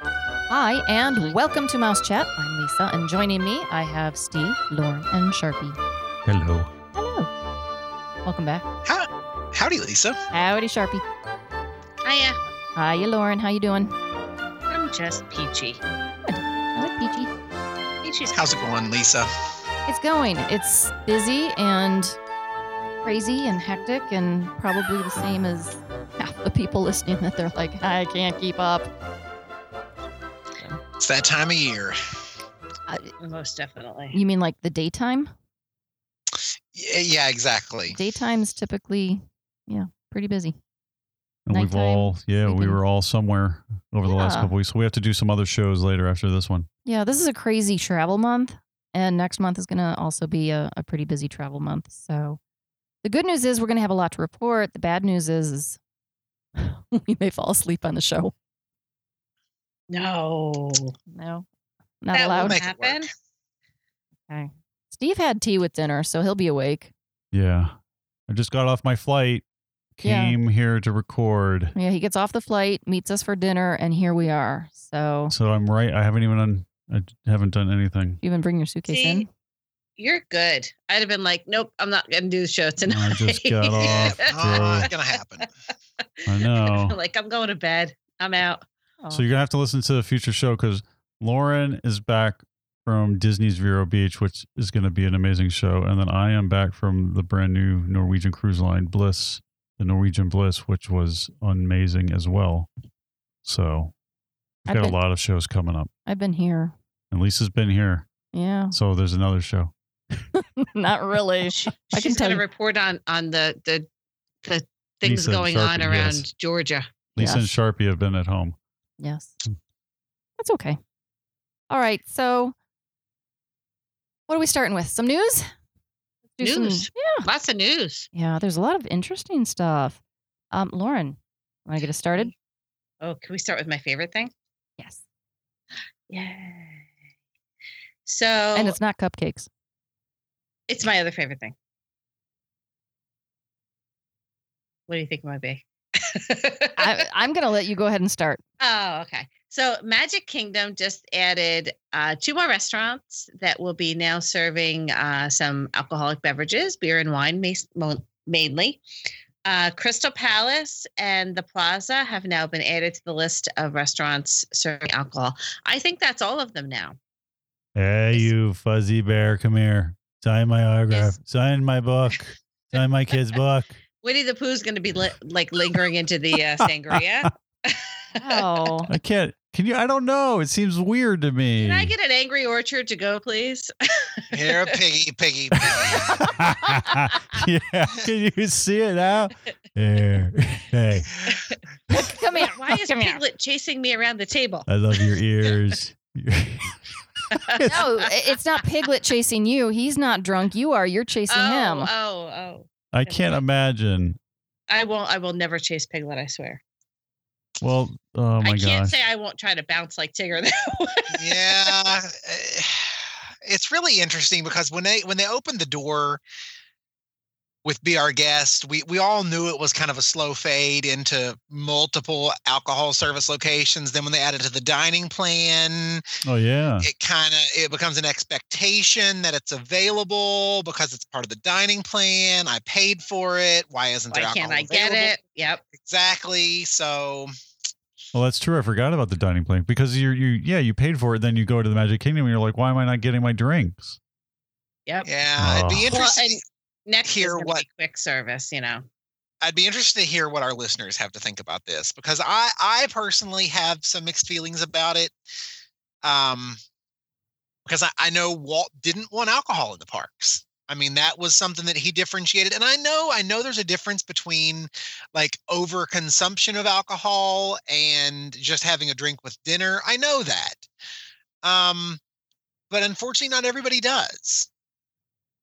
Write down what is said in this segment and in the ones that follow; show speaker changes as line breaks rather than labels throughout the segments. Hi, and welcome to Mouse Chat. I'm Lisa, and joining me, I have Steve, Lauren, and Sharpie.
Hello.
Hello. Welcome back.
Howdy, Lisa.
Howdy, Sharpie.
Hiya,
Hiya, Lauren. How you doing?
Oh, I'm just peachy.
I like Peachy.
Peachy's
How's it going, Lisa?
It's going. It's busy and crazy and hectic, and probably the same as half the people listening that they're like, I can't keep up.
It's that time of year.
most definitely.
You mean like the daytime?
Y- Yeah, exactly.
Daytime's typically, yeah, pretty busy.
And we've
Nighttime,
all, yeah, we
sleeping.
were all somewhere over the last
Yeah.
couple weeks. So we have to do some other shows later after this one.
Yeah, this is a crazy travel month, and next month is going to also be a, a pretty busy travel month. So, the good news is we're going to have a lot to report. The bad news is, is we may fall asleep on the show.
No,
No, not
that
allowed.
won't
Make it work.
happen.
Steve had tea with dinner, so he'll be awake.
Yeah. I just got off my flight,
Yeah.
came here to record.
Yeah, he gets off the flight, meets us for dinner, and here we are. So,
So I'm right. I haven't even done, I haven't done anything.
you even bring your suitcase
See,
in.
You're good. I'd have been like, nope, I'm not going to do the show tonight.
I just got off.
Yeah, not gonna happen.
I know.
like, I'm going to bed. I'm out.
So you're going to have to listen to the future show because Lauren is back from Disney's Vero Beach, which is going to be an amazing show. And then I am back from the brand new Norwegian cruise line, Bliss, the Norwegian Bliss, which was amazing as well. So we've
I've
got
been-
a lot of shows coming up.
I've been here.
And Lisa's been here.
Yeah,
So there's another show.
not really.
She,
I can
she's
tell
going to
you-
report on on the the the things
Lisa and
going on
Sharpie,
around
yes.
Georgia.
Lisa
Yes.
and Sharpie have been at home.
Yes. That's okay. All right. So, what are we starting with? Some news? Let's do some-
News. Lots of news.
yeah, there's a lot of interesting stuff. Um, Lauren, want to get us started?
Oh, can we start with my favorite thing?
Yes.
Yeah. So
And it's not cupcakes.
It's my other favorite thing. What do you think it might be?
I, I'm going to let you go ahead and start.
oh, okay. So Magic Kingdom just added uh, two more restaurants that will be now serving uh, some alcoholic beverages, beer and wine mas- mo- mainly. Uh, Crystal Palace and the Plaza have now been added to the list of restaurants serving alcohol. I think that's all of them now.
Hey, you fuzzy bear, come here. Sign my autograph.
Yes.
Sign my book. Sign my kid's book.
Winnie the Pooh's going to be li- like lingering into the uh, sangria.
Oh,
I can't. Can you? I don't know. It seems weird to me.
Can I get an Angry Orchard to go, please?
Here, piggy, piggy, piggy.
yeah. Can you see it now? There. Hey,
come here.
Why is
Come here.
Piglet chasing me around the table?
I love your ears.
No, i- it's not Piglet chasing you. He's not drunk. You are. You're chasing
oh,
him.
oh, oh.
I can't imagine.
I won't I will never chase Piglet, I swear.
Well, oh
I
my
can't
gosh.
say I won't try to bounce like Tigger though.
yeah, eh, it's really interesting because when they when they opened the door with "Be Our Guest," we we all knew it was kind of a slow fade into multiple alcohol service locations. Then when they added to the dining plan,
oh yeah.
it kind of it becomes an expectation that it's available because it's part of the dining plan i paid for it why isn't there
Why can't
alcohol
I get
available?
it? Yep.
exactly so
Well, that's true. I forgot about the dining plan because you're you yeah you paid for it. Then you go to the Magic Kingdom and you're like, why am I not getting my drinks?
Yep.
yeah it'd
Oh.
be
Well,
interesting
and next
hear
year
what-
what quick service, you know.
i'd be interested to hear what our listeners have to think about this because i i personally have some mixed feelings about it um because i, I know walt didn't want alcohol in the parks I mean that was something that he differentiated and I know I know there's a difference between like overconsumption of alcohol and just having a drink with dinner. I know that. Um, but unfortunately, not everybody does.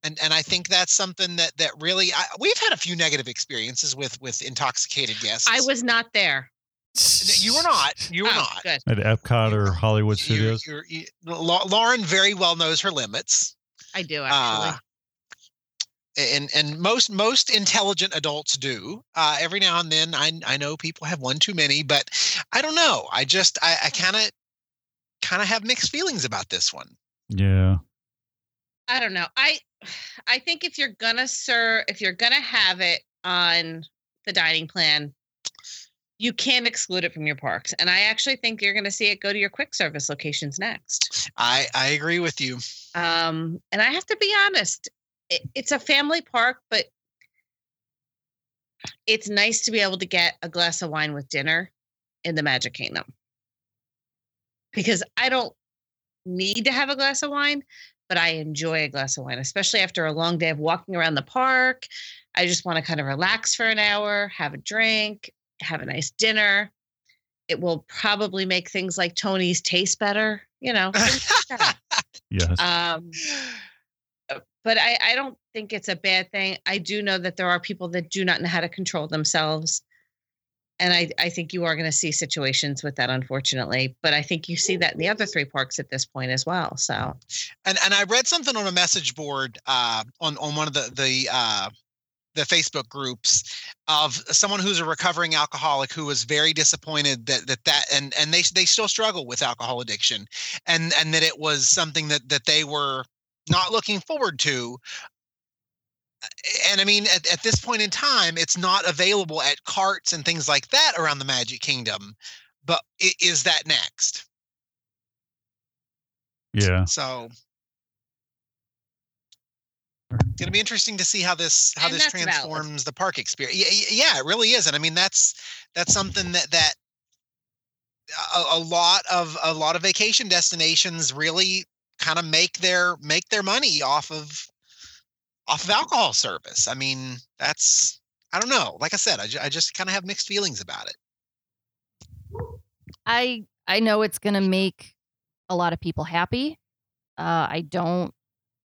And and I think that's something that that really I, we've had a few negative experiences with with intoxicated guests.
I was not there.
you were not you were
oh,
not.
good.
at Epcot or Hollywood
You're,
Studios.
you're, you Lau- Lauren very well knows her limits.
I do
Uh,
actually.
and and most most intelligent adults do. Uh, every now and then, I I know people have one too many, but I don't know. I just I, I kind of kind of have mixed feelings about this one.
Yeah.
I don't know. I I think if you're gonna sir if you're gonna have it on the dining plan, you can exclude it from your parks. And I actually think you're gonna see it go to your quick service locations next.
I I agree with you.
Um, and I have to be honest, it, it's a family park, but it's nice to be able to get a glass of wine with dinner in the Magic Kingdom. Because I don't need to have a glass of wine, but I enjoy a glass of wine, especially after a long day of walking around the park. I just want to kind of relax for an hour, have a drink, have a nice dinner. It will probably make things like Tony's taste better, you know. things like that.
Yes.
Uh,
Um, uh, but I, I don't think it's a bad thing. I do know that there are people that do not know how to control themselves. And I, I think you are going to see situations with that, unfortunately. But I think you see that in the other three parks at this point as well. So,
And and I read something on a message board uh, on on one of the the uh, the Facebook groups of someone who's a recovering alcoholic who was very disappointed that that that and and they they still struggle with alcohol addiction, and and that it was something that that they were not looking forward to. And I mean, at, at this point in time, it's not available at carts and things like that around the Magic Kingdom. But i- is that next?
Yeah.
So it's going to be interesting to see how this how
And
this
that's valid.
transforms the park experience. Yeah, yeah, it really is, and I mean that's that's something that that a, a lot of a lot of vacation destinations really kind of make their make their money off of off of alcohol service. I mean, that's I don't know. Like I said, I, ju- I just kind of have mixed feelings about it.
I I know it's going to make a lot of people happy. Uh, I don't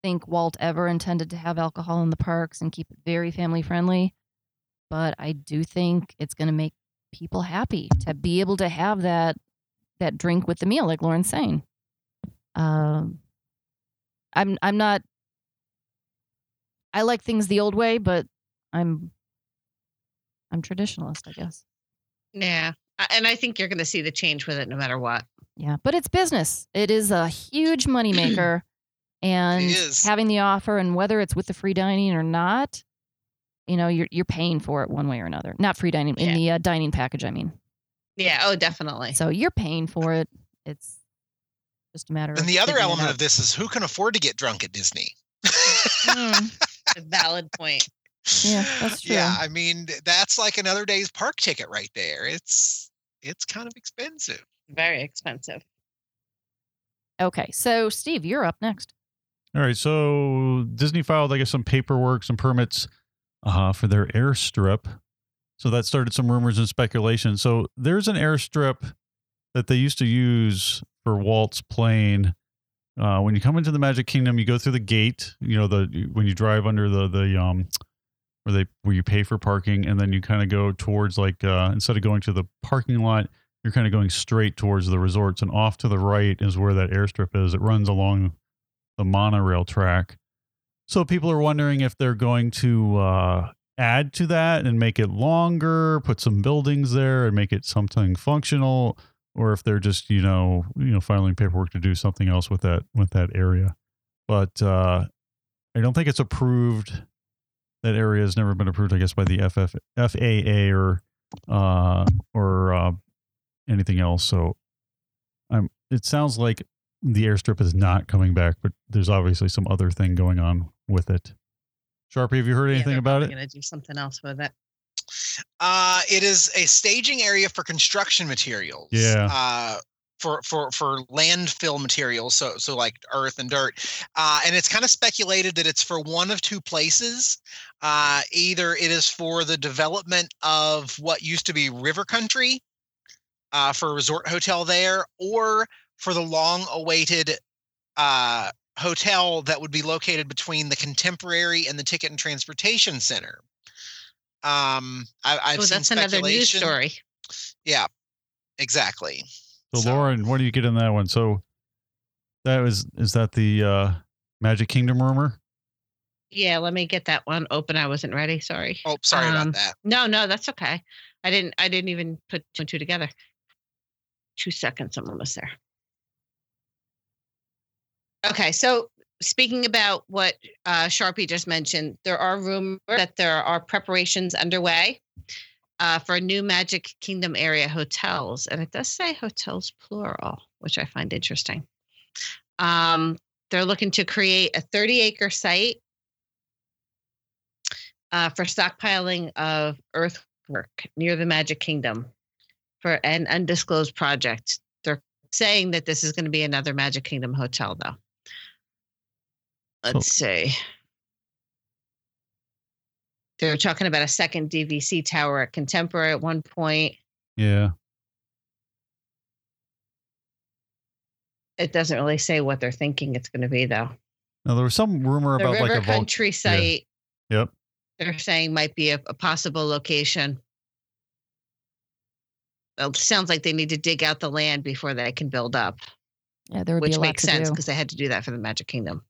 think Walt ever intended to have alcohol in the parks and keep it very family friendly, but I do think it's going to make people happy to be able to have that that drink with the meal, like Lauren's saying. Um, I'm I'm not. I like things the old way, but I'm I'm traditionalist, I guess.
yeah. And I think you're going to see the change with it no matter what.
Yeah, but it's business. It is a huge moneymaker. and
It is.
having the offer and whether it's with the free dining or not, you know, you're you're paying for it one way or another. Not free dining in
Yeah.
the uh, dining package, I mean.
Yeah. Oh, definitely.
So you're paying for it. It's just a matter of
And the other
figuring it
element
out.
of this is who can afford to get drunk at Disney.
Mm,
A valid point.
Yeah, that's true.
Yeah, I mean th- that's like another day's park ticket right there. It's it's kind of expensive.
Very expensive.
okay, so Steve, you're up next.
All right. So Disney filed, I guess, some paperwork, some permits uh, for their airstrip. So that started some rumors and speculation. So there's an airstrip that they used to use for Walt's plane. Uh, when you come into the Magic Kingdom, you go through the gate. You know the when you drive under the the um where they where you pay for parking, and then you kind of go towards like uh, instead of going to the parking lot, you're kind of going straight towards the resorts, and off to the right is where that airstrip is. It runs along the monorail track. So people are wondering if they're going to uh, add to that and make it longer, put some buildings there and make it something functional, or if they're just you know you know filing paperwork to do something else with that with that area. But uh, I don't think it's approved. That area has never been approved, I guess, by the FF, FAA or uh, or uh, anything else. So, I'm. It sounds like the airstrip is not coming back, but there's obviously some other thing going on with it. Sharpie, have you heard anything about it?
Going to do something else with it.
Uh, it is a staging area for construction materials.
Yeah.
Uh, for for for landfill materials, so so like earth and dirt, uh, and it's kind of speculated that it's for one of two places. Uh, either it is for the development of what used to be River Country, uh, for a resort hotel there, or for the long-awaited uh, hotel that would be located between the Contemporary and the Ticket and Transportation Center. Um, I, I've
Oh,
seen
that's another news
speculation.
story.
Yeah, exactly.
So,
So-
Lauren, what do you get in that one? So that was is that the uh Magic Kingdom rumor?
Yeah. Let me get that one open. I wasn't ready. Sorry.
Oh, sorry
Um,
about that.
No, no, that's okay. I didn't I didn't even put two and two together. Two seconds, I'm almost there. Okay, so speaking about what uh, Sharpie just mentioned, there are rumors that there are preparations underway uh, for new Magic Kingdom area hotels, and it does say hotels plural, which I find interesting. Um, they're looking to create a 30 acre site uh, for stockpiling of earthwork near the Magic Kingdom for an undisclosed project. They're saying that this is going to be another Magic Kingdom hotel, though. Let's see. They were talking about a second DVC tower at Contemporary at one point.
Yeah.
It doesn't really say what they're thinking it's going to be, though.
Now there was some rumor
The
about
River
like a volcano.
Country site.
Yep.
They're saying might be a, a possible location. Well, It sounds like they need to dig out the land before they can build up,
Yeah, there would be
which
a lot
makes
to
sense
do.
because they had to do that for the Magic Kingdom.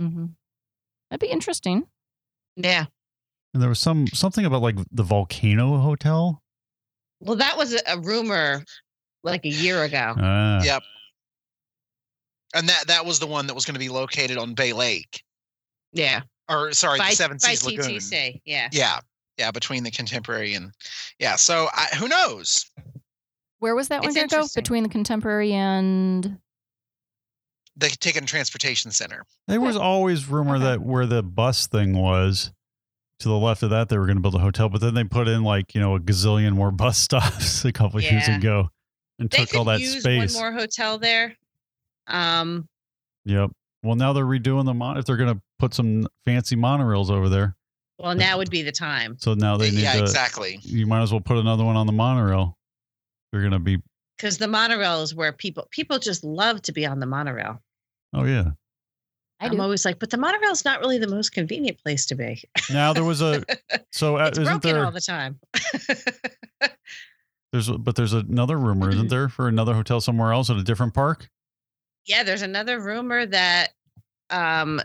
Mm-hmm. That'd be interesting.
Yeah.
And there was some something about like the volcano hotel.
Well, that was a- a rumor like a year ago.
Ah,
Yeah. And that that was the one that was going to be located on Bay Lake,
Yeah.
or sorry,
by,
the Seven
by
Seas Lagoon.
TTC, yeah.
Yeah, yeah, between the Contemporary and yeah. So I, who knows?
Where was that one
It's
going to go?
interesting.
Between the contemporary and
The Ticket and Transportation Center.
There was always rumor
Okay.
that where the bus thing was, to the left of that, they were going to build a hotel, but then they put in like you know a gazillion more bus stops a couple years
Yeah.
ago and
They
took all
could
that
use
space.
one more hotel there. Um,
Yep. Well, now they're redoing the mon. If they're going to put some fancy monorails over there,
well, now would be the E time
so now they need
yeah,
to.
exactly.
You might as well put another one on the monorail. They're going to be.
because the monorail is where people people just love to be on the monorail.
Oh yeah.
I
I'm
do.
always like, but the monorail is not really the most convenient place to be.
Now there was a. So uh,
It's
isn't
broken
there?
all the time.
There's but there's another rumor, isn't there, for another hotel somewhere else at a different park?
yeah, there's another rumor that um,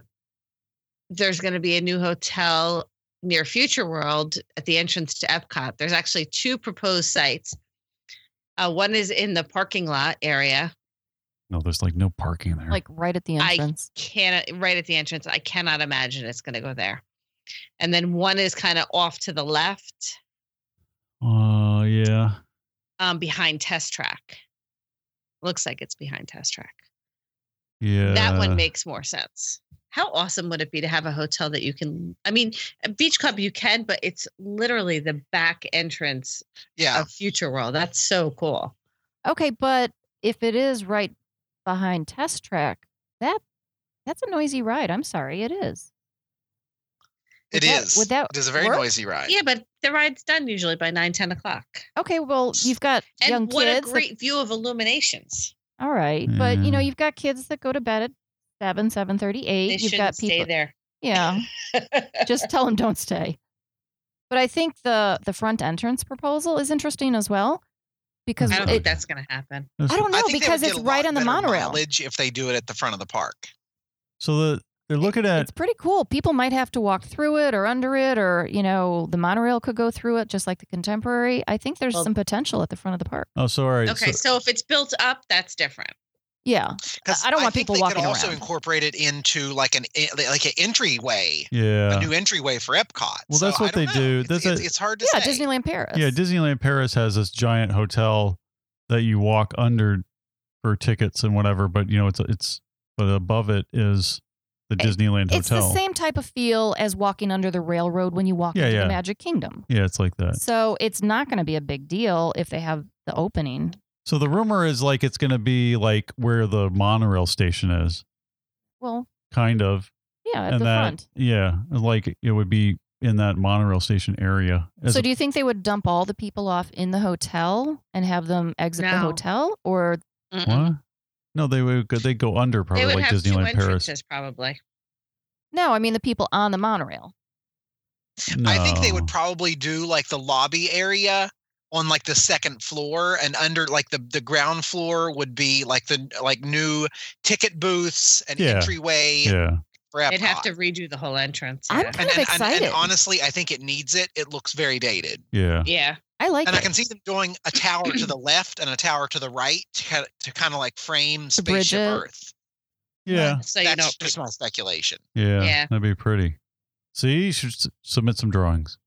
there's going to be a new hotel near Future World at the entrance to Epcot. There's actually two proposed sites. Uh, one is in the parking lot area
No, there's like no parking there.
like right at the
I-
entrance.
cannot right at the entrance. I cannot imagine it's going to go there. And then one is kind of off to the left,
Oh yeah.
um, behind Test Track. Looks like it's behind Test Track.
Yeah.
that one makes more sense. How awesome would it be to have a hotel that you can? I mean, a beach club you can, but it's literally the back entrance
Yeah,
of Future World. That's so cool.
okay, but if it is right behind test track, that that's a noisy ride. I'm sorry, it is.
it
that-
is.
would that
it is a very
work?
noisy ride.
Yeah, but the ride's done usually by nine, ten o'clock.
Okay, well you've got
And
young
what
kids.
a
that-
great view of illuminations.
all right, but you know
Yeah.
you've got kids that go to bed at seven, seven thirty, eight.
They
you've
shouldn't
got people.
stay there.
Yeah, just tell them don't stay. But I think the the front entrance proposal is interesting as well because
I don't
it,
think that's going to happen.
I don't know
I think they would
because
get
it's
a
right
lot
on the
better
monorail.
mileage if they do it at the front of the park.
So the they're looking at
It's pretty cool. People might have to walk through it or under it, or you know, the monorail could go through it, just like the contemporary. I think there's
Well-
some potential at the front of the park.
oh so all right.
Okay,
So,
so if it's built up, that's different.
Yeah,
'Cause
I- I don't want
think
people
they
walking
could also
around.
incorporate it into like an en- like an entryway, a
yeah.
new entryway for Epcot.
Well,
So
that's what
I don't
they
know.
do.
It's,
That's
it's,
a-
it's hard to
yeah.
say.
Disneyland Paris.
Yeah, Disneyland Paris has this giant hotel that you walk under for tickets and whatever, but you know it's it's but above it is the Disneyland
It's
hotel.
the same type of feel as walking under the railroad when you walk
Yeah,
into
yeah.
the Magic Kingdom.
Yeah, it's like that.
So it's not going to be a big deal if they have the opening.
So the rumor is like it's going to be like where the monorail station is,
Well,
kind of.
yeah, at
and
the
that
front.
yeah, like it would be in that monorail station area. As
So
a-
do you think they would dump all the people off in the hotel and have them exit the
No.
hotel, or
Mm-mm.
what? No, they would go- they go under probably
They would
like
have two
Disneyland Paris.
entrances probably.
no? I mean the people on the monorail.
I think they would
No.
probably do like the lobby area on like the second floor and under like the the ground floor would be like the like new ticket booths and
Yeah.
entryway
Yeah.
for Epcot.
They'd have to redo the whole entrance.
I'm
yeah.
kind
and,
of
and, and,
excited.
and honestly, I think it needs it. It looks very dated.
Yeah.
yeah.
I like
And
it.
I can see them doing a tower to the left and a tower to the right to, kind of like frame
To bridge
Spaceship
it.
Earth.
Yeah.
So you
That's
don't.
just my speculation.
Yeah.
Yeah.
That'd be pretty. See, you should s- submit some drawings.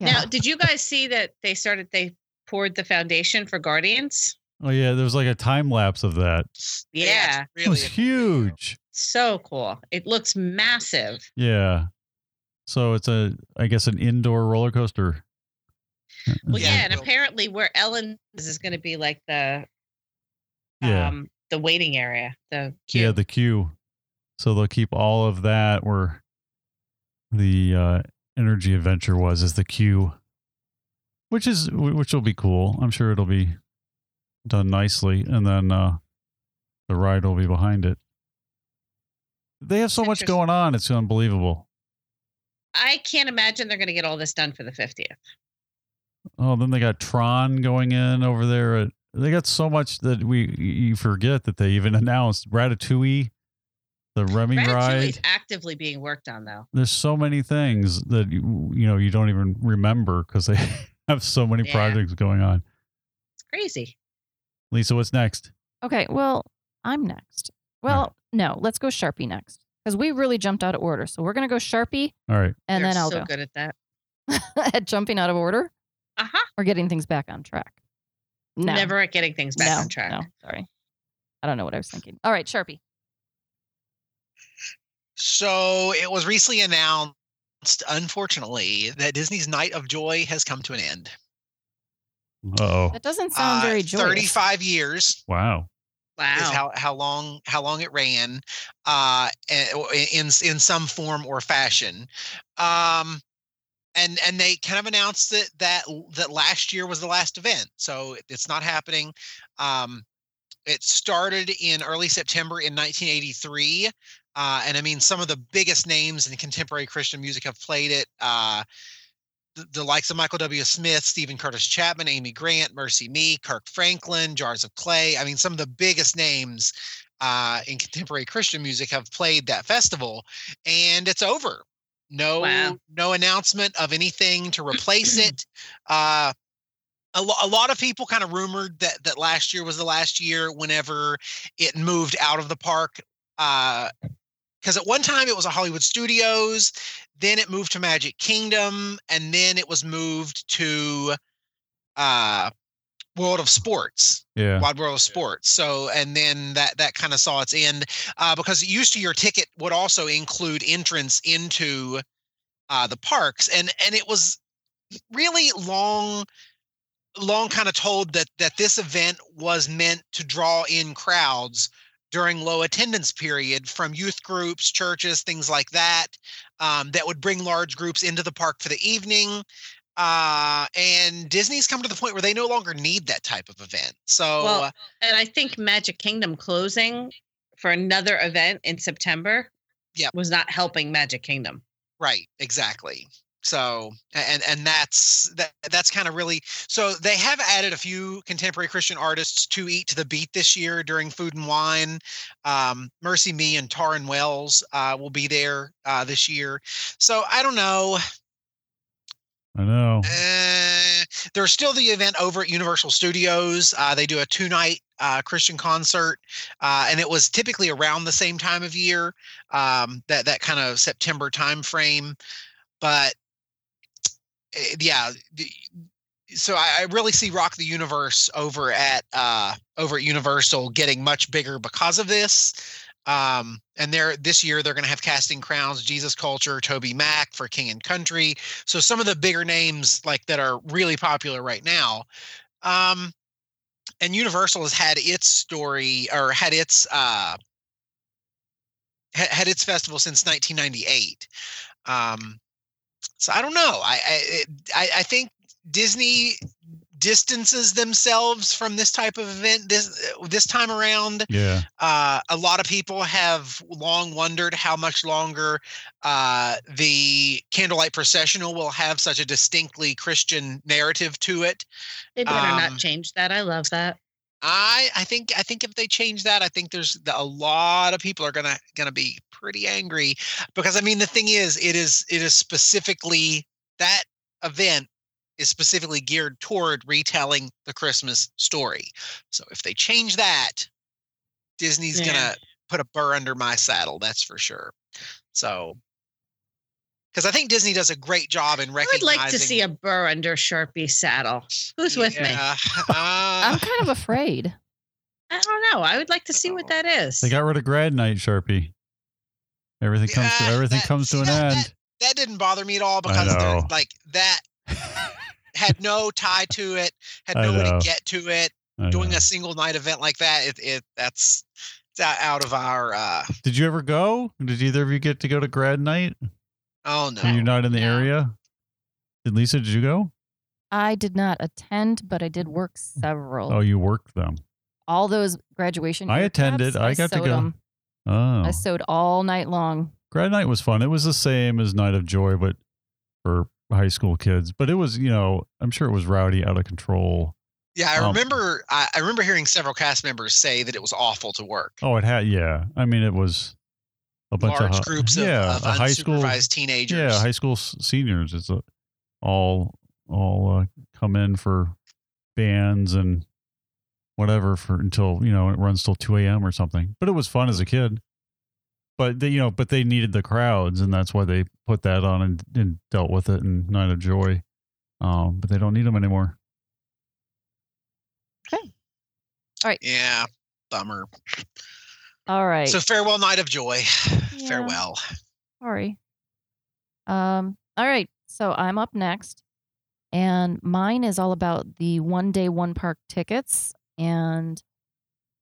Now, did you guys see that they started? They poured the foundation for Guardians.
Oh yeah, there was like a time lapse of that.
Yeah,
it's
It was
a cool video.
huge.
so cool. It looks massive.
Yeah. So it's a, I guess, an indoor roller coaster.
Well, yeah,
Yeah.
and apparently where Ellen is is going to be like the
Yeah.
um the waiting area. The queue.
Yeah, the queue. So they'll keep all of that where the uh, energy adventure was is the queue, which is which will be cool. I'm sure it'll be done nicely, and then uh, the ride will be behind it. They have so much
Interesting.
going on; it's unbelievable.
I can't imagine they're going to get all this done for the 50th.
Oh, then they got Tron going in over there. At, they got so much that we you forget that they even announced Ratatouille, the Remy
Ratatouille
ride.
is actively being worked on though.
There's so many things that you, you know you don't even remember because they have so many
Yeah.
projects going on.
It's crazy.
Lisa, what's next?
Okay, well, I'm next. Well, no, let's go Sharpie next because we really jumped out of order. So we're gonna go Sharpie,
All right,
and
They're
then I'll
so
go
good at that.
at jumping out of order
Uh huh.
or getting things back on track. No,
Never at getting things back
no,
on track.
No, sorry, I don't know what I was thinking. All right, Sharpie.
So it was recently announced, unfortunately, that Disney's Night of Joy has come to an end.
uh oh,
That doesn't sound very joyous.
Thirty-five years.
wow,
is
Wow.
how, how long how long it ran uh eh, or in in in some form or fashion um and and they kind of announced that that that last year was the last event so it's not happening um it started in early september in 1983 uh, and I mean, some of the biggest names in contemporary Christian music have played it. Uh, the, the likes of Michael W. Smith, Stephen Curtis Chapman, Amy Grant, Mercy Me, Kirk Franklin, Jars of Clay. I mean, some of the biggest names uh, in contemporary Christian music have played that festival, and it's over. No,
Wow.
no announcement of anything to replace it. Uh, a, lo- a lot of people kind of rumored that that last year was the last year. Whenever it moved out of the park, uh, because at one time it was a Hollywood Studios, then it moved to Magic Kingdom, and then it was moved to uh, World of Sports,
yeah,
Wide World of Sports. So, and then that that kind of saw its end uh, because it used to your ticket would also include entrance into uh, the parks, and and it was really long long kind of told that that this event was meant to draw in crowds during low attendance period from youth groups churches things like that um, that would bring large groups into the park for the evening uh, and disney's come to the point where they no longer need that type of event so
Well,
uh,
And I think Magic Kingdom closing for another event in September.
Yep.
Was not helping Magic Kingdom.
Right, exactly. So and and that's that that's kind of really so they have added a few contemporary Christian artists to Eat to the Beat this year during Food and Wine. Um, Mercy Me and Taryn Wells uh, will be there uh, this year. So I don't know.
I know.
Uh, there's still the event over at Universal Studios. Uh, they do a two night uh, Christian concert, uh, and it was typically around the same time of year, um, that that kind of September time frame. But eh, yeah, the- so I, I really see Rock the Universe over at uh, over at Universal getting much bigger because of this. Um, and they're this year they're going to have Casting Crowns, Jesus Culture, Toby Mac for King and Country, so some of the bigger names like that are really popular right now. Um and Universal has had its story or had its uh ha- had its festival since 1998. Um so I don't know. I I it, I, I think Disney distances themselves from this type of event this uh, this time around
Yeah,
uh, a lot of people have long wondered how much longer uh, the candlelight processional will have such a distinctly Christian narrative to it.
They better
Um,
not change that. I love that.
I I think I think if they change that, I think there's the, a lot of people are gonna gonna be pretty angry because I mean the thing is it is it is specifically that event is specifically geared toward retelling the Christmas story. So if they change that, Disney's
Yeah.
gonna put a burr under my saddle. That's for sure. So, because I think Disney does a great job in
I
recognizing.
would like to see a burr under Sharpie saddle. Who's with me?
Yeah,
I'm
uh,
kind of afraid.
I don't know. I would like to see what that is.
They got rid of grad night Sharpie. Everything comes to
Yeah,
everything
that-
comes to an
that-
end.
that didn't bother me at all because the-
know.
like that had no tie to it, had
I
no way
know.
to get to it.
I
Doing
know.
a single night event like that, it, it that's it's out- out of our. uh
Did you ever go? Did either of you get to go to grad night?
Oh no,
Were you not in the
No.
area? Did Lisa? Did you go?
I did not attend, but I did work several.
Oh, you worked them.
All those graduation.
I
ear caps,
attended. I got to
sewed
go.
'em.
Oh,
I sewed all night long.
grad night was fun. It was the same as Night of Joy, but for high school kids. But it was, you know, I'm sure it was rowdy, out of control.
Yeah, I
Um,
remember. I, I remember hearing several cast members say that it was awful to work.
Oh, it had. Yeah, I mean, it was a bunch
Large
of hi-
groups of,
yeah,
of
a high school
unsupervised teenagers.
Yeah, high school s- seniors. It's a, all all uh, come in for bands and whatever for until you know it runs till two a.m. or something. But it was fun as a kid. But they, you know, but they needed the crowds, and that's why they put that on and, and dealt with it in Night of Joy. Um, but they don't need them anymore.
yeah, bummer.
All right.
So farewell, night of joy.
Yeah.
Farewell.
Sorry. Um, all right. So I'm up next. And mine is all about the one day, one park tickets. And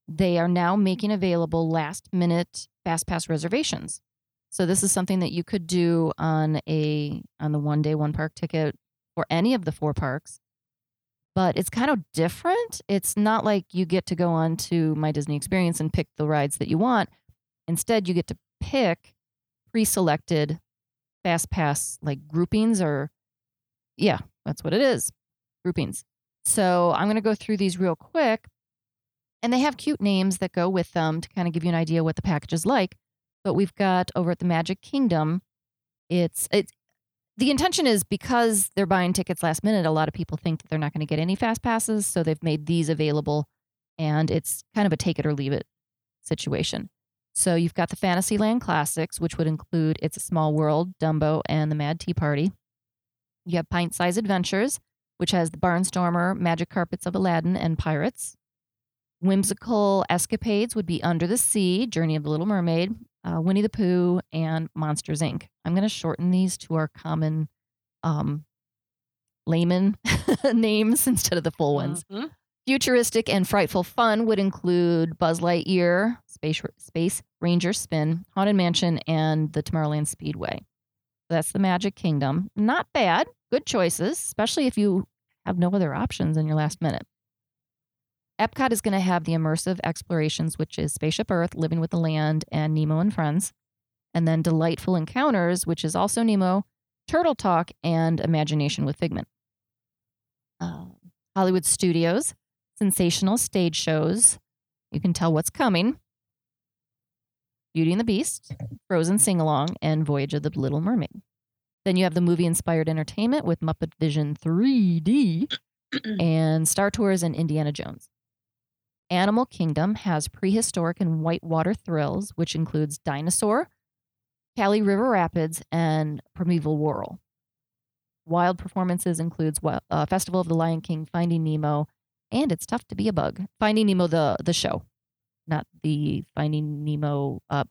they are now making available last minute fast pass reservations. So this is something that you could do on a on the one day, one park ticket for any of the four parks. But it's kind of different. It's not like you get to go on to my Disney experience and pick the rides that you want. Instead, you get to pick pre-selected fast pass like groupings or yeah that's what it is groupings so i'm going to go through these real quick and they have cute names that go with them to kind of give you an idea what the package is like but we've got over at the magic kingdom it's it's the intention is because they're buying tickets last minute a lot of people think that they're not going to get any fast passes so they've made these available and it's kind of a take it or leave it situation so you've got the Fantasyland classics, which would include It's a Small World, Dumbo, and the Mad Tea Party. You have Pint Size Adventures, which has the Barnstormer, Magic Carpets of Aladdin, and Pirates. Whimsical escapades would be Under the Sea, Journey of the Little Mermaid, uh, Winnie the Pooh, and Monsters Inc. I'm going to shorten these to our common um, layman names instead of the full ones.
Mhm.
Futuristic and frightful fun would include Buzz Lightyear, Space, Space Ranger Spin, Haunted Mansion, and the Tomorrowland Speedway. That's the Magic Kingdom. Not bad. Good choices, especially if you have no other options in your last minute. Epcot is going to have the immersive explorations, which is Spaceship Earth, Living with the Land, and Nemo and Friends. And then Delightful Encounters, which is also Nemo, Turtle Talk, and Imagination with Figment. Uh, Hollywood Studios, sensational stage shows. You can tell what's coming. Beauty and the Beast, Frozen Sing Along, and Voyage of the Little Mermaid. Then you have the movie inspired entertainment with Muppet Vision 3D and Star Tours and Indiana Jones. Animal Kingdom has prehistoric and whitewater thrills, which includes Dinosaur, Cali River Rapids, and Primeval Whirl. Wild performances includes Wi- uh, Festival of the Lion King, Finding Nemo, and It's Tough to Be a Bug. Finding Nemo the the show, not the Finding Nemo uh,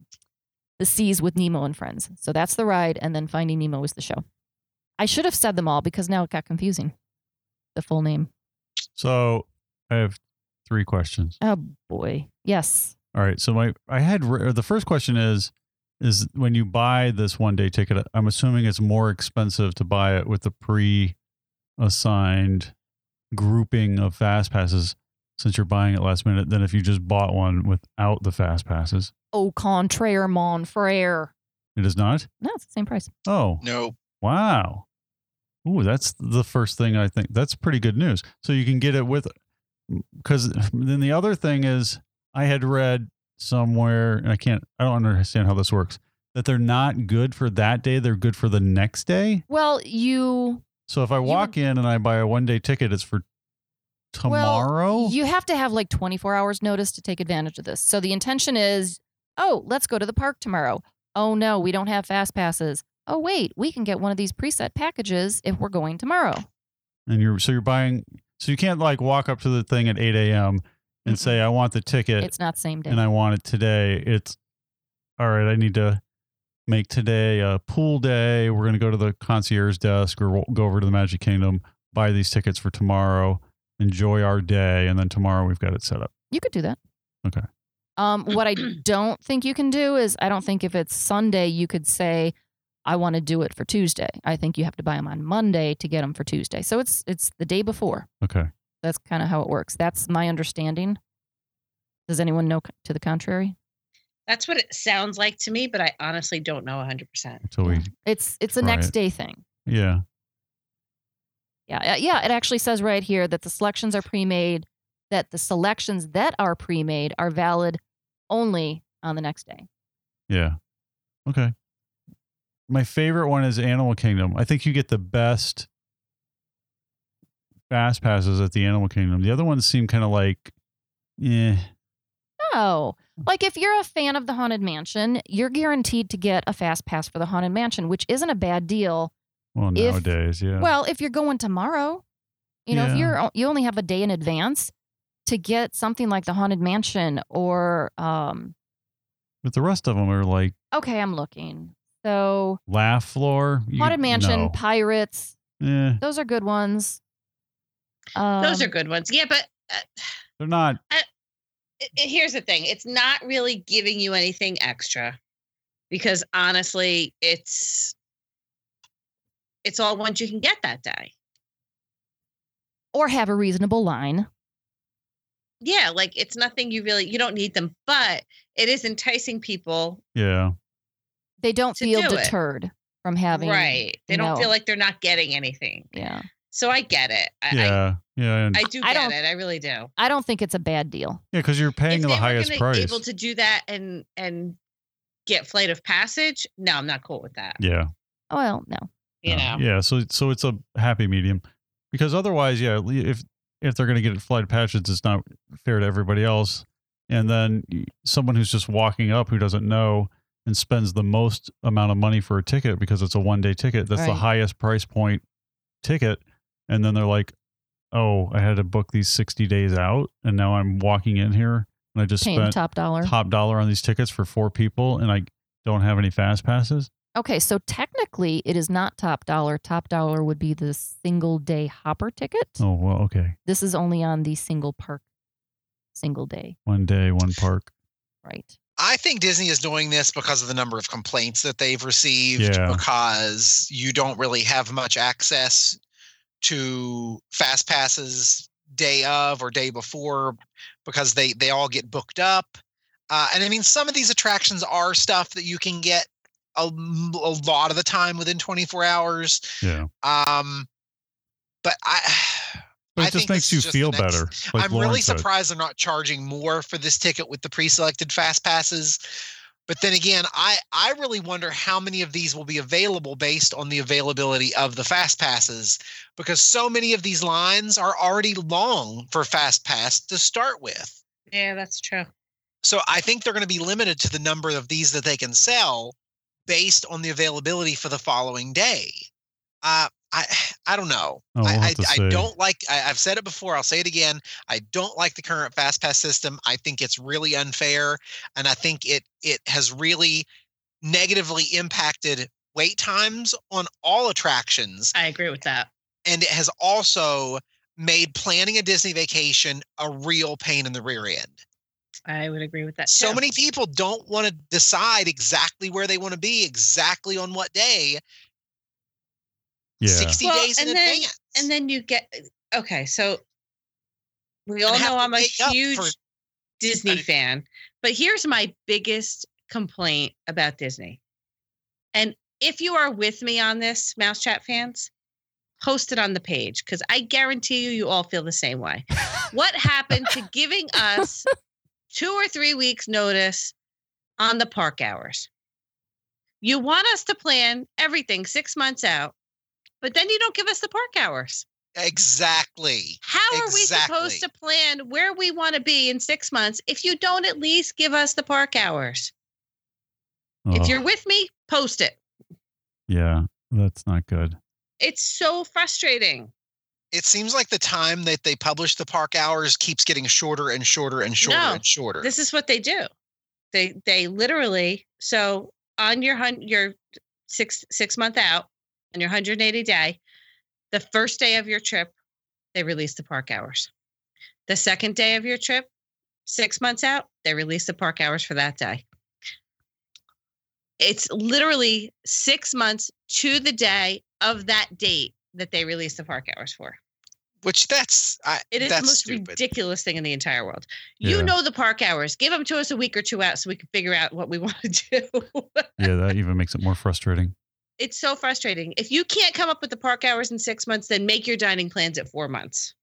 the seas with Nemo and Friends. So that's the ride, and then Finding Nemo is the show. I should have said them all because now it got confusing. The full name.
So I have three questions.
Oh boy. Yes.
All right. So my I had re- the first question is is when you buy this one day ticket, I'm assuming it's more expensive to buy it with the pre assigned grouping of fast passes since you're buying it last minute than if you just bought one without the fast passes.
Au contraire, mon frere.
It is not?
No, it's the same price.
Oh.
No,
Wow. Ooh, that's the first thing I think. That's pretty good news. So you can get it with, because then the other thing is, I had read somewhere, and I can't, I don't understand how this works, that they're not good for that day. They're good for the next day.
Well, you
So if I walk in and I buy a one day ticket, it's for
well,
tomorrow. Oh.
you have to have like 24 hours notice to take advantage of this. So the intention is Oh, let's go to the park tomorrow. Oh no, we don't have fast passes. Oh wait, we can get one of these preset packages if we're going tomorrow.
and you're so you're buying so you can't like walk up to the thing at 8 a.m and say i want the ticket
It's not same day.
and i want it today it's all right i need to make today a pool day we're going to go to the concierge desk or we'll go over to the magic kingdom buy these tickets for tomorrow enjoy our day and then tomorrow we've got it set up
You could do that.
Okay.
Um, what I don't think you can do is I don't think if it's Sunday you could say I want to do it for Tuesday. I think you have to buy them on Monday to get them for Tuesday. So it's it's the day before.
okay
That's kind of how it works. That's my understanding. Does anyone know c- to the contrary?
That's what it sounds like to me, but I honestly don't know 100%.
so we
It's it's a
Try
next
it.
day thing.
yeah
Yeah, uh, yeah. It actually says right here that the selections are pre-made. That the selections that are pre-made are valid only on the next day.
Yeah. Okay. My favorite one is Animal Kingdom. I think you get the best fast passes at the Animal Kingdom. The other ones seem kind of like, eh,
No, like if you're a fan of the Haunted Mansion, you're guaranteed to get a fast pass for the Haunted Mansion, which isn't a bad deal.
well,
If-
nowadays, yeah.
Well, if you're going tomorrow, you know,
Yeah.
if you're o- you only have a day in advance to get something like the Haunted Mansion or um.
but the rest of them are like
Okay, I'm looking. So
Laugh Floor. You,
Haunted Mansion,
no.
Pirates,
Eh,
Those are good ones. Um,
Those are good ones. Yeah, but uh,
they're not.
i- i- here's the thing it's not really giving you anything extra because honestly, it's it's all ones you can get that day.
Or have a reasonable line.
Yeah, like it's nothing you really you don't need them, but it is enticing people.
Yeah.
They don't
To
feel
do it.
deterred from having.
right. They don't
no.
feel like they're not getting anything.
Yeah.
So I get it. I, I,
yeah. yeah. And,
I do
I
get
don't-
it. I really do.
I don't think it's a bad deal.
yeah. Because you're paying
if
the
they
highest
were gonna
price.
Able to do that and and get flight of passage. No, I'm not cool with that.
yeah.
Oh, well, no.
You
Uh,
know,
Yeah, so so it's a happy medium, because otherwise, yeah, le- if if they're going to get flight patches, it's not fair to everybody else. And then y- someone who's just walking up who doesn't know and spends the most amount of money for a ticket because it's a one day ticket. That's the
Right.
highest price point ticket. And then they're like, "Oh, I had to book these sixty days out, and now I'm walking in here and I just
Paying
spent
top dollar.
top dollar on these tickets for four people, and I don't have any fast passes."
Okay, so technically it is not top dollar. Top dollar would be the single day hopper ticket.
Oh well, okay,
This is only on the single park, single day.
one day, one park.
Right.
I think Disney is doing this because of the number of complaints that they've received
Yeah.
because you don't really have much access to fast passes day of or day before because they they all get booked up. Uh, and I mean some of these attractions are stuff that you can get a, m- a lot of the time within 24 hours.
Yeah.
Um but I
But it
I
just
think
makes
this
you
is just
feel
the next-
better. Like
I'm
Lauren
really
said.
surprised they're not charging more for this ticket with the pre-selected fast passes. But then again, I I really wonder how many of these will be available based on the availability of the fast passes because so many of these lines are already long for fast pass to start with.
yeah, that's true.
So I think they're going to be limited to the number of these that they can sell based on the availability for the following day. Uh, I I don't know.
Oh, we'll
I,
have to
I,
see.
I don't like. I, I've said it before. I'll say it again. I don't like the current fast pass system. I think it's really unfair, and I think it it has really negatively impacted wait times on all attractions,
I agree with that.
and it has also made planning a Disney vacation a real pain in the rear end.
I would agree with that.
So
too.
many people don't want to decide exactly where they want to be, exactly on what day,
Yeah.
60
Well,
days in
and then-
advance.
and then you get uh, okay. So we all
And have
know
to
I'm a
make up for-
huge Disney
Sorry.
fan, but here's my biggest complaint about Disney. And if you are with me on this, Mouse Chat fans, post it on the page because I guarantee you, you all feel the same way. what happened to giving us two or three weeks' notice on the park hours? You want us to plan everything six months out, but then you don't give us the park hours.
exactly.
How are we
Exactly.
supposed to plan where we want to be in six months if you don't at least give us the park hours? If
Ugh,
you're with me, post it.
Oh, yeah, that's not good.
It's so frustrating.
It seems like the time that they publish the park hours keeps getting shorter and shorter and shorter
No,
and shorter.
This is what they do. They they literally so on your hun your six six month out on your 180 day, the first day of your trip, they release the park hours. The second day of your trip, six months out, they release the park hours for that day. It's literally six months to the day of that date that they release the park hours for.
which that's I,
It is
that's
the most
stupid.
ridiculous thing in the entire world. You
Yeah.
know the park hours. Give them to us a week or two out so we can figure out what we want to do.
Yeah, that even makes it more frustrating.
it's so frustrating. If you can't come up with the park hours in six months, then make your dining plans at four months.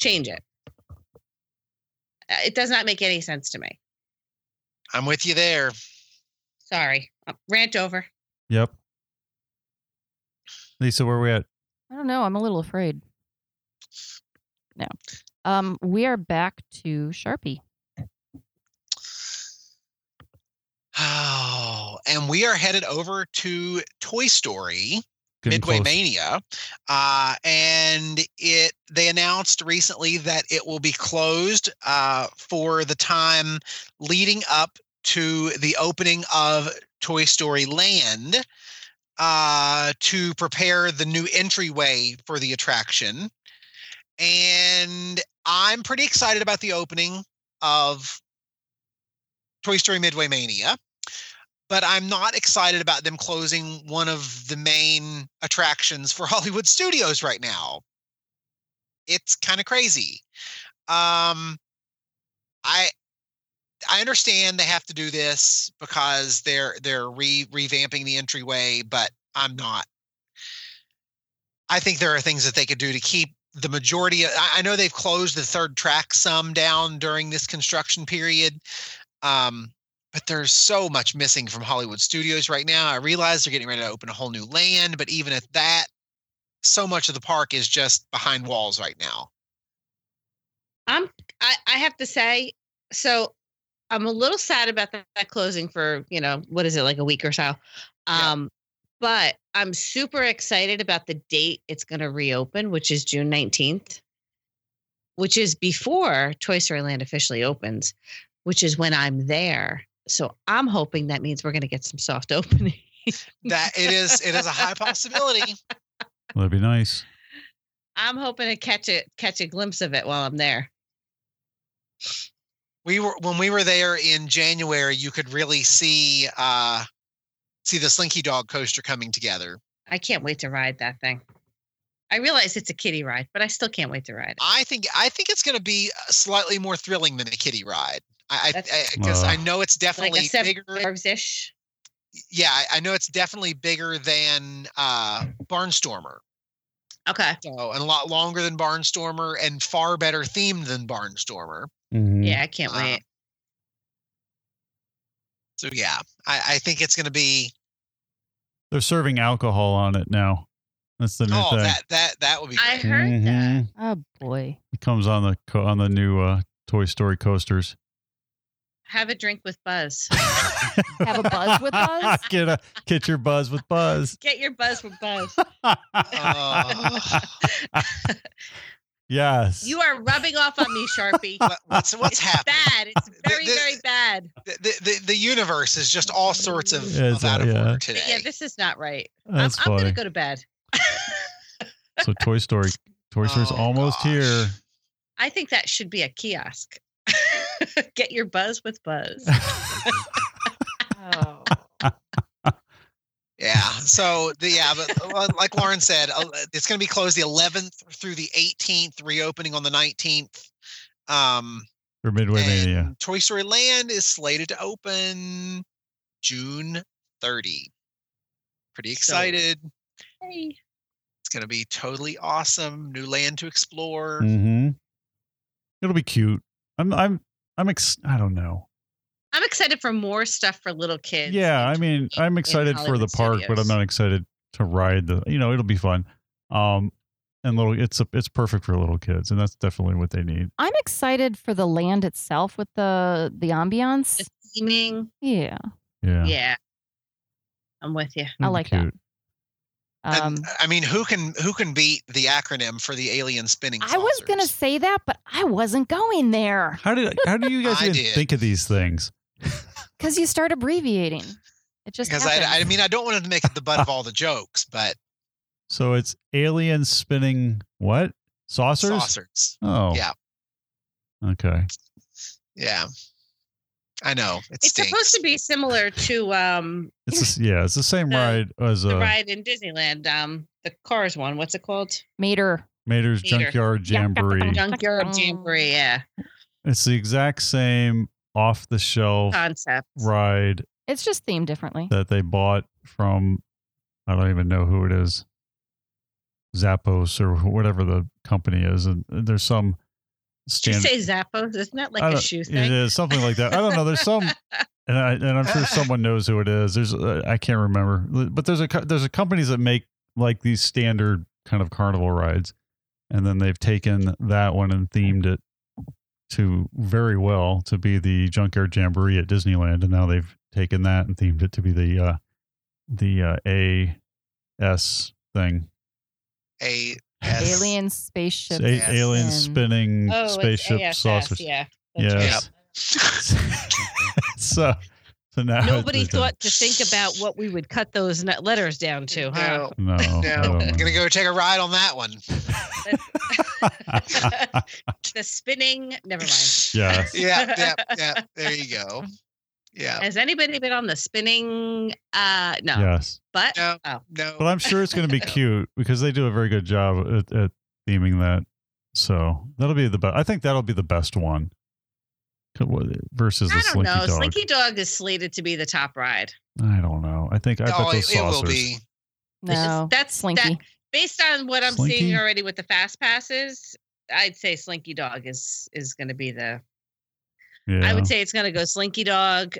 Change it. Uh, It does not make any sense to me.
I'm with you there.
Sorry. Uh, Rant over.
Yep. Lisa, where are we at?
I don't know. I'm a little afraid. No. Um, we are back to Sharpie.
Oh, and we are headed over to Toy Story.
Getting
Midway
close.
Mania, uh, and it they announced recently that it will be closed uh, for the time leading up to the opening of Toy Story Land uh, to prepare the new entryway for the attraction. And I'm pretty excited about the opening of Toy Story Midway Mania but I'm not excited about them closing one of the main attractions for Hollywood studios right now. It's kind of crazy. Um, I I understand they have to do this because they're they're re revamping the entryway, but I'm not. I think there are things that they could do to keep the majority. Of, I, I know they've closed the third track some down during this construction period. Um, but there's so much missing from Hollywood studios right now. I realize they're getting ready to open a whole new land, but even at that, so much of the park is just behind walls right now.
I'm I, I have to say, so I'm a little sad about that, that closing for, you know, what is it, like a week or so.
Yeah.
Um, but I'm super excited about the date it's gonna reopen, which is June 19th, which is before Toy Story Land officially opens, which is when I'm there. So I'm hoping that means we're gonna get some soft opening.
That it is it is a high possibility.
Well, that'd be nice.
I'm hoping to catch a catch a glimpse of it while I'm there.
We were when we were there in January, you could really see uh see the Slinky Dog coaster coming together.
I can't wait to ride that thing. I realize it's a kiddie ride, but I still can't wait to ride it.
I think I think it's going to be uh, slightly more thrilling than the kitty ride. I because I,
That's-
'cause I
Wow.
know it's
like
definitely
a seven
bigger.
ish.
Yeah, I- I know it's definitely bigger than uh Barnstormer.
Okay.
Mm-hmm.
So, and a lot longer than Barnstormer and far better themed than Barnstormer.
Yeah, I can't
Uh,
wait.
So, yeah, I, I think it's going to be,
They're serving alcohol on it now. That's the new
oh,
thing.
that, that, that would be
I
great.
heard that.
Mhm.
Oh boy.
It comes on the co- on the new uh, Toy Story coasters.
Have a drink with Buzz.
Have
a buzz with Buzz?
get a get your buzz with Buzz.
Get your buzz with Buzz.
Oh,
yes.
You are rubbing off on me, Sharpie.
what- what's, what's
it's
happening?
bad. It's very,
this-
very bad.
The, the, the universe is just all sorts of,
Yeah,
of
it's, uh,
out of
yeah.
order
But
today.
yeah, this is not right.
That's
I'm, I'm
funny.
gonna go to bed.
so Toy Story, Toy Story's
Oh,
almost
gosh.
here.
I think that should be a kiosk. Get your buzz with Buzz.
Oh.
Yeah. So, the, yeah, but uh, like Lauren said, uh, it's going to be closed the 11th through the 18th, reopening on the 19th. Um,
Or Midway
and
Mania.
Toy Story Land is slated to open June 30. Pretty excited.
Hey.
It's going to be totally awesome. New land to explore.
Mm-hmm. It'll be cute. I'm I'm I'm ex- I don't know.
I'm excited for more stuff for little kids.
yeah,
and
I mean,
tweet
I'm
in
excited for the
Hollywood
park, but I'm
Studios.
not excited to ride the. You know, it'll be fun. Um, and little, it's a, it's perfect for little kids, and that's definitely what they need.
I'm excited for the land itself with the the ambiance.
The theming.
Yeah.
Yeah.
Yeah. I'm with you.
I like that. Um,
and, I mean, who can who can beat the acronym for the alien spinning?
I was gonna
saucers?
say that, but I wasn't going there
How did how do you guys
I
even
did.
think of these things?
because you start abbreviating. It just
because I, I
happens.
mean I don't want it to make it the butt of all the jokes, but
So it's alien spinning what saucers?
saucers.
Oh,
Yeah.
Okay.
Yeah, I know it
It's
stinks.
supposed to be similar to um,
It's the- yeah, it's the same
The-
ride as
the
uh,
ride in Disneyland, um, the Cars one. What's it called?
Mater.
Mater's
Mater.
Junkyard
Yeah.
Jamboree.
Junkyard Jamboree. Yeah,
It's the exact same off the shelf
concept.
ride
It's just themed differently.
that they bought from I don't even know who it is. Zappos or whatever the company is. And uh, there's some
Did you
standard
say Zappos? Isn't that
I
like a
don't-
shoe
It
thing?
is something like that. I don't know. There's some, and I and I'm sure someone knows who it is. There's uh, I can't remember, but there's a co- there's a companies that make like these standard kind of carnival rides, and then they've taken that one and themed it to very well to be the Junkyard Jamboree at Disneyland, and now they've taken that and themed it to be the uh, the uh, A S thing,
a yes.
Alien spaceship.
It's a- alien
spin.
spinning
Oh, it's
spaceship
AFS,
saucers.
Yeah. that's right.
Yes. so, so now
Nobody
it's-
thought to think about what we would cut those n- letters down to, huh?
No,
No,
no,
no,
I'm gonna go take a ride on that one.
The spinning. Never mind.
yeah,
Yeah, yeah, yeah. There you go. Yeah,
Has anybody been on the spinning? Uh, no.
yes.
But
No.
oh,
no.
But I'm sure it's going to be cute because they do a very good job at, at theming that. So that'll be the best. I think that'll be the best one versus the
I don't
Slinky
know.
Dog.
Slinky Dog is slated to be the top ride.
I don't know. I think I
No,
Oh,
bet
it,
those
it
saucers.
will be.
No,
That's-
slinky.
Based on what I'm
Slinky?
seeing already with the fast passes, I'd say Slinky Dog is is going to be the.
Yeah. Ah.
I would say it's going to go Slinky Dog.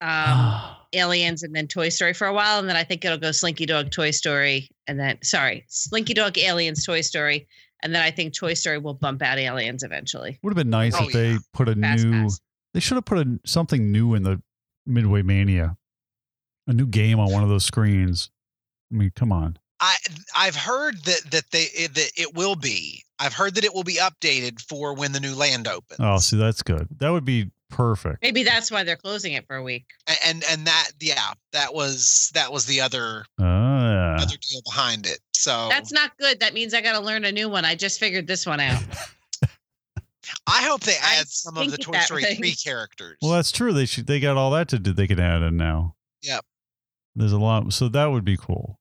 Um, Aliens and then Toy Story for a while, and then I think it'll go Slinky Dog, Toy Story, and then sorry, Slinky Dog, Aliens, Toy Story, and then I think Toy Story will bump out Aliens eventually.
Would have been nice
Oh,
if they
yeah.
put a
Fast
new.
pass.
They should have put a, something new in the Midway Mania, a new game on one of those screens. I mean, come on.
I I've heard that that they that it will be. I've heard that it will be updated for when the new land opens.
Oh, see, that's good. That would be perfect.
Maybe that's why they're closing it for a week.
A- and and that yeah, that was that was the other
Ah.
other deal behind it.
Oh.
So
That's not good. That means I got to learn a new one. I just figured this one out.
I hope they
I
add some of the
think
Toy
that
Story
thing-
three characters.
Well, that's true. They should. They got all that to do. They could add in now.
Yep.
There's a lot. So that would be cool.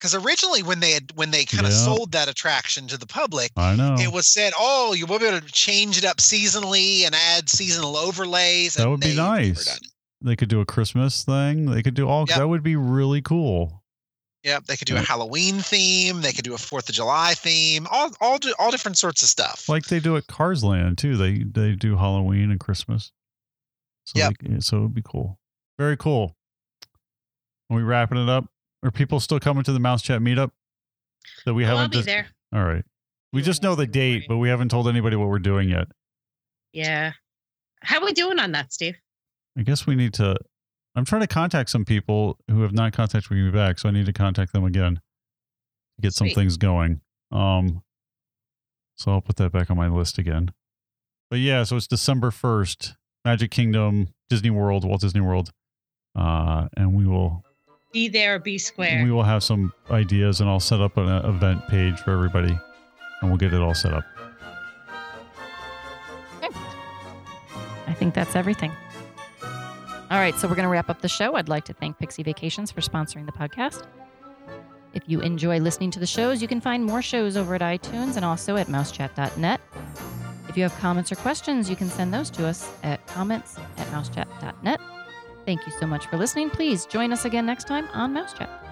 Because originally, when they had when they kind of
Yeah.
sold that attraction to the public,
I know.
it was said, "Oh, you will be able to change it up seasonally and add seasonal overlays."
That
and
would be
they've never
nice.
done it.
they could do a Christmas thing. They could do all.
Yep.
That would be really cool.
Yep, they could do a
Yeah.
Halloween theme. They could do a Fourth of July theme. All all di- all different sorts of stuff.
Like they do at Cars Land too. They they do Halloween and Christmas. So
Yep.
they- so it would be cool. Very cool. Are we wrapping it up? Are people still coming to the Mouse Chat meetup? That we
I'll
haven't
be
just.
there.
All right. We
Yeah,
just know the
that's a good
date,
point.
but we haven't told anybody what we're doing yet.
Yeah. How we doing on that, Steve?
I guess we need to. I'm trying to contact some people who have not contacted me back, so I need to contact them again to get some
Sweet.
things going. Um, so I'll put that back on my list again. But yeah, so it's December first, Magic Kingdom, Disney World, Walt Disney World, uh, and we will
Be there or be square.
we will have some ideas, and I'll set up an uh, event page for everybody, and we'll get it all set up.
I think that's everything. All right, so we're going to wrap up the show. I'd like to thank Pixie Vacations for sponsoring the podcast. If you enjoy listening to the shows, you can find more shows over at iTunes and also at mousechat.net. If you have comments or questions, you can send those to us at comments at mousechat.net. Thank you so much for listening. Please join us again next time on Mousechat.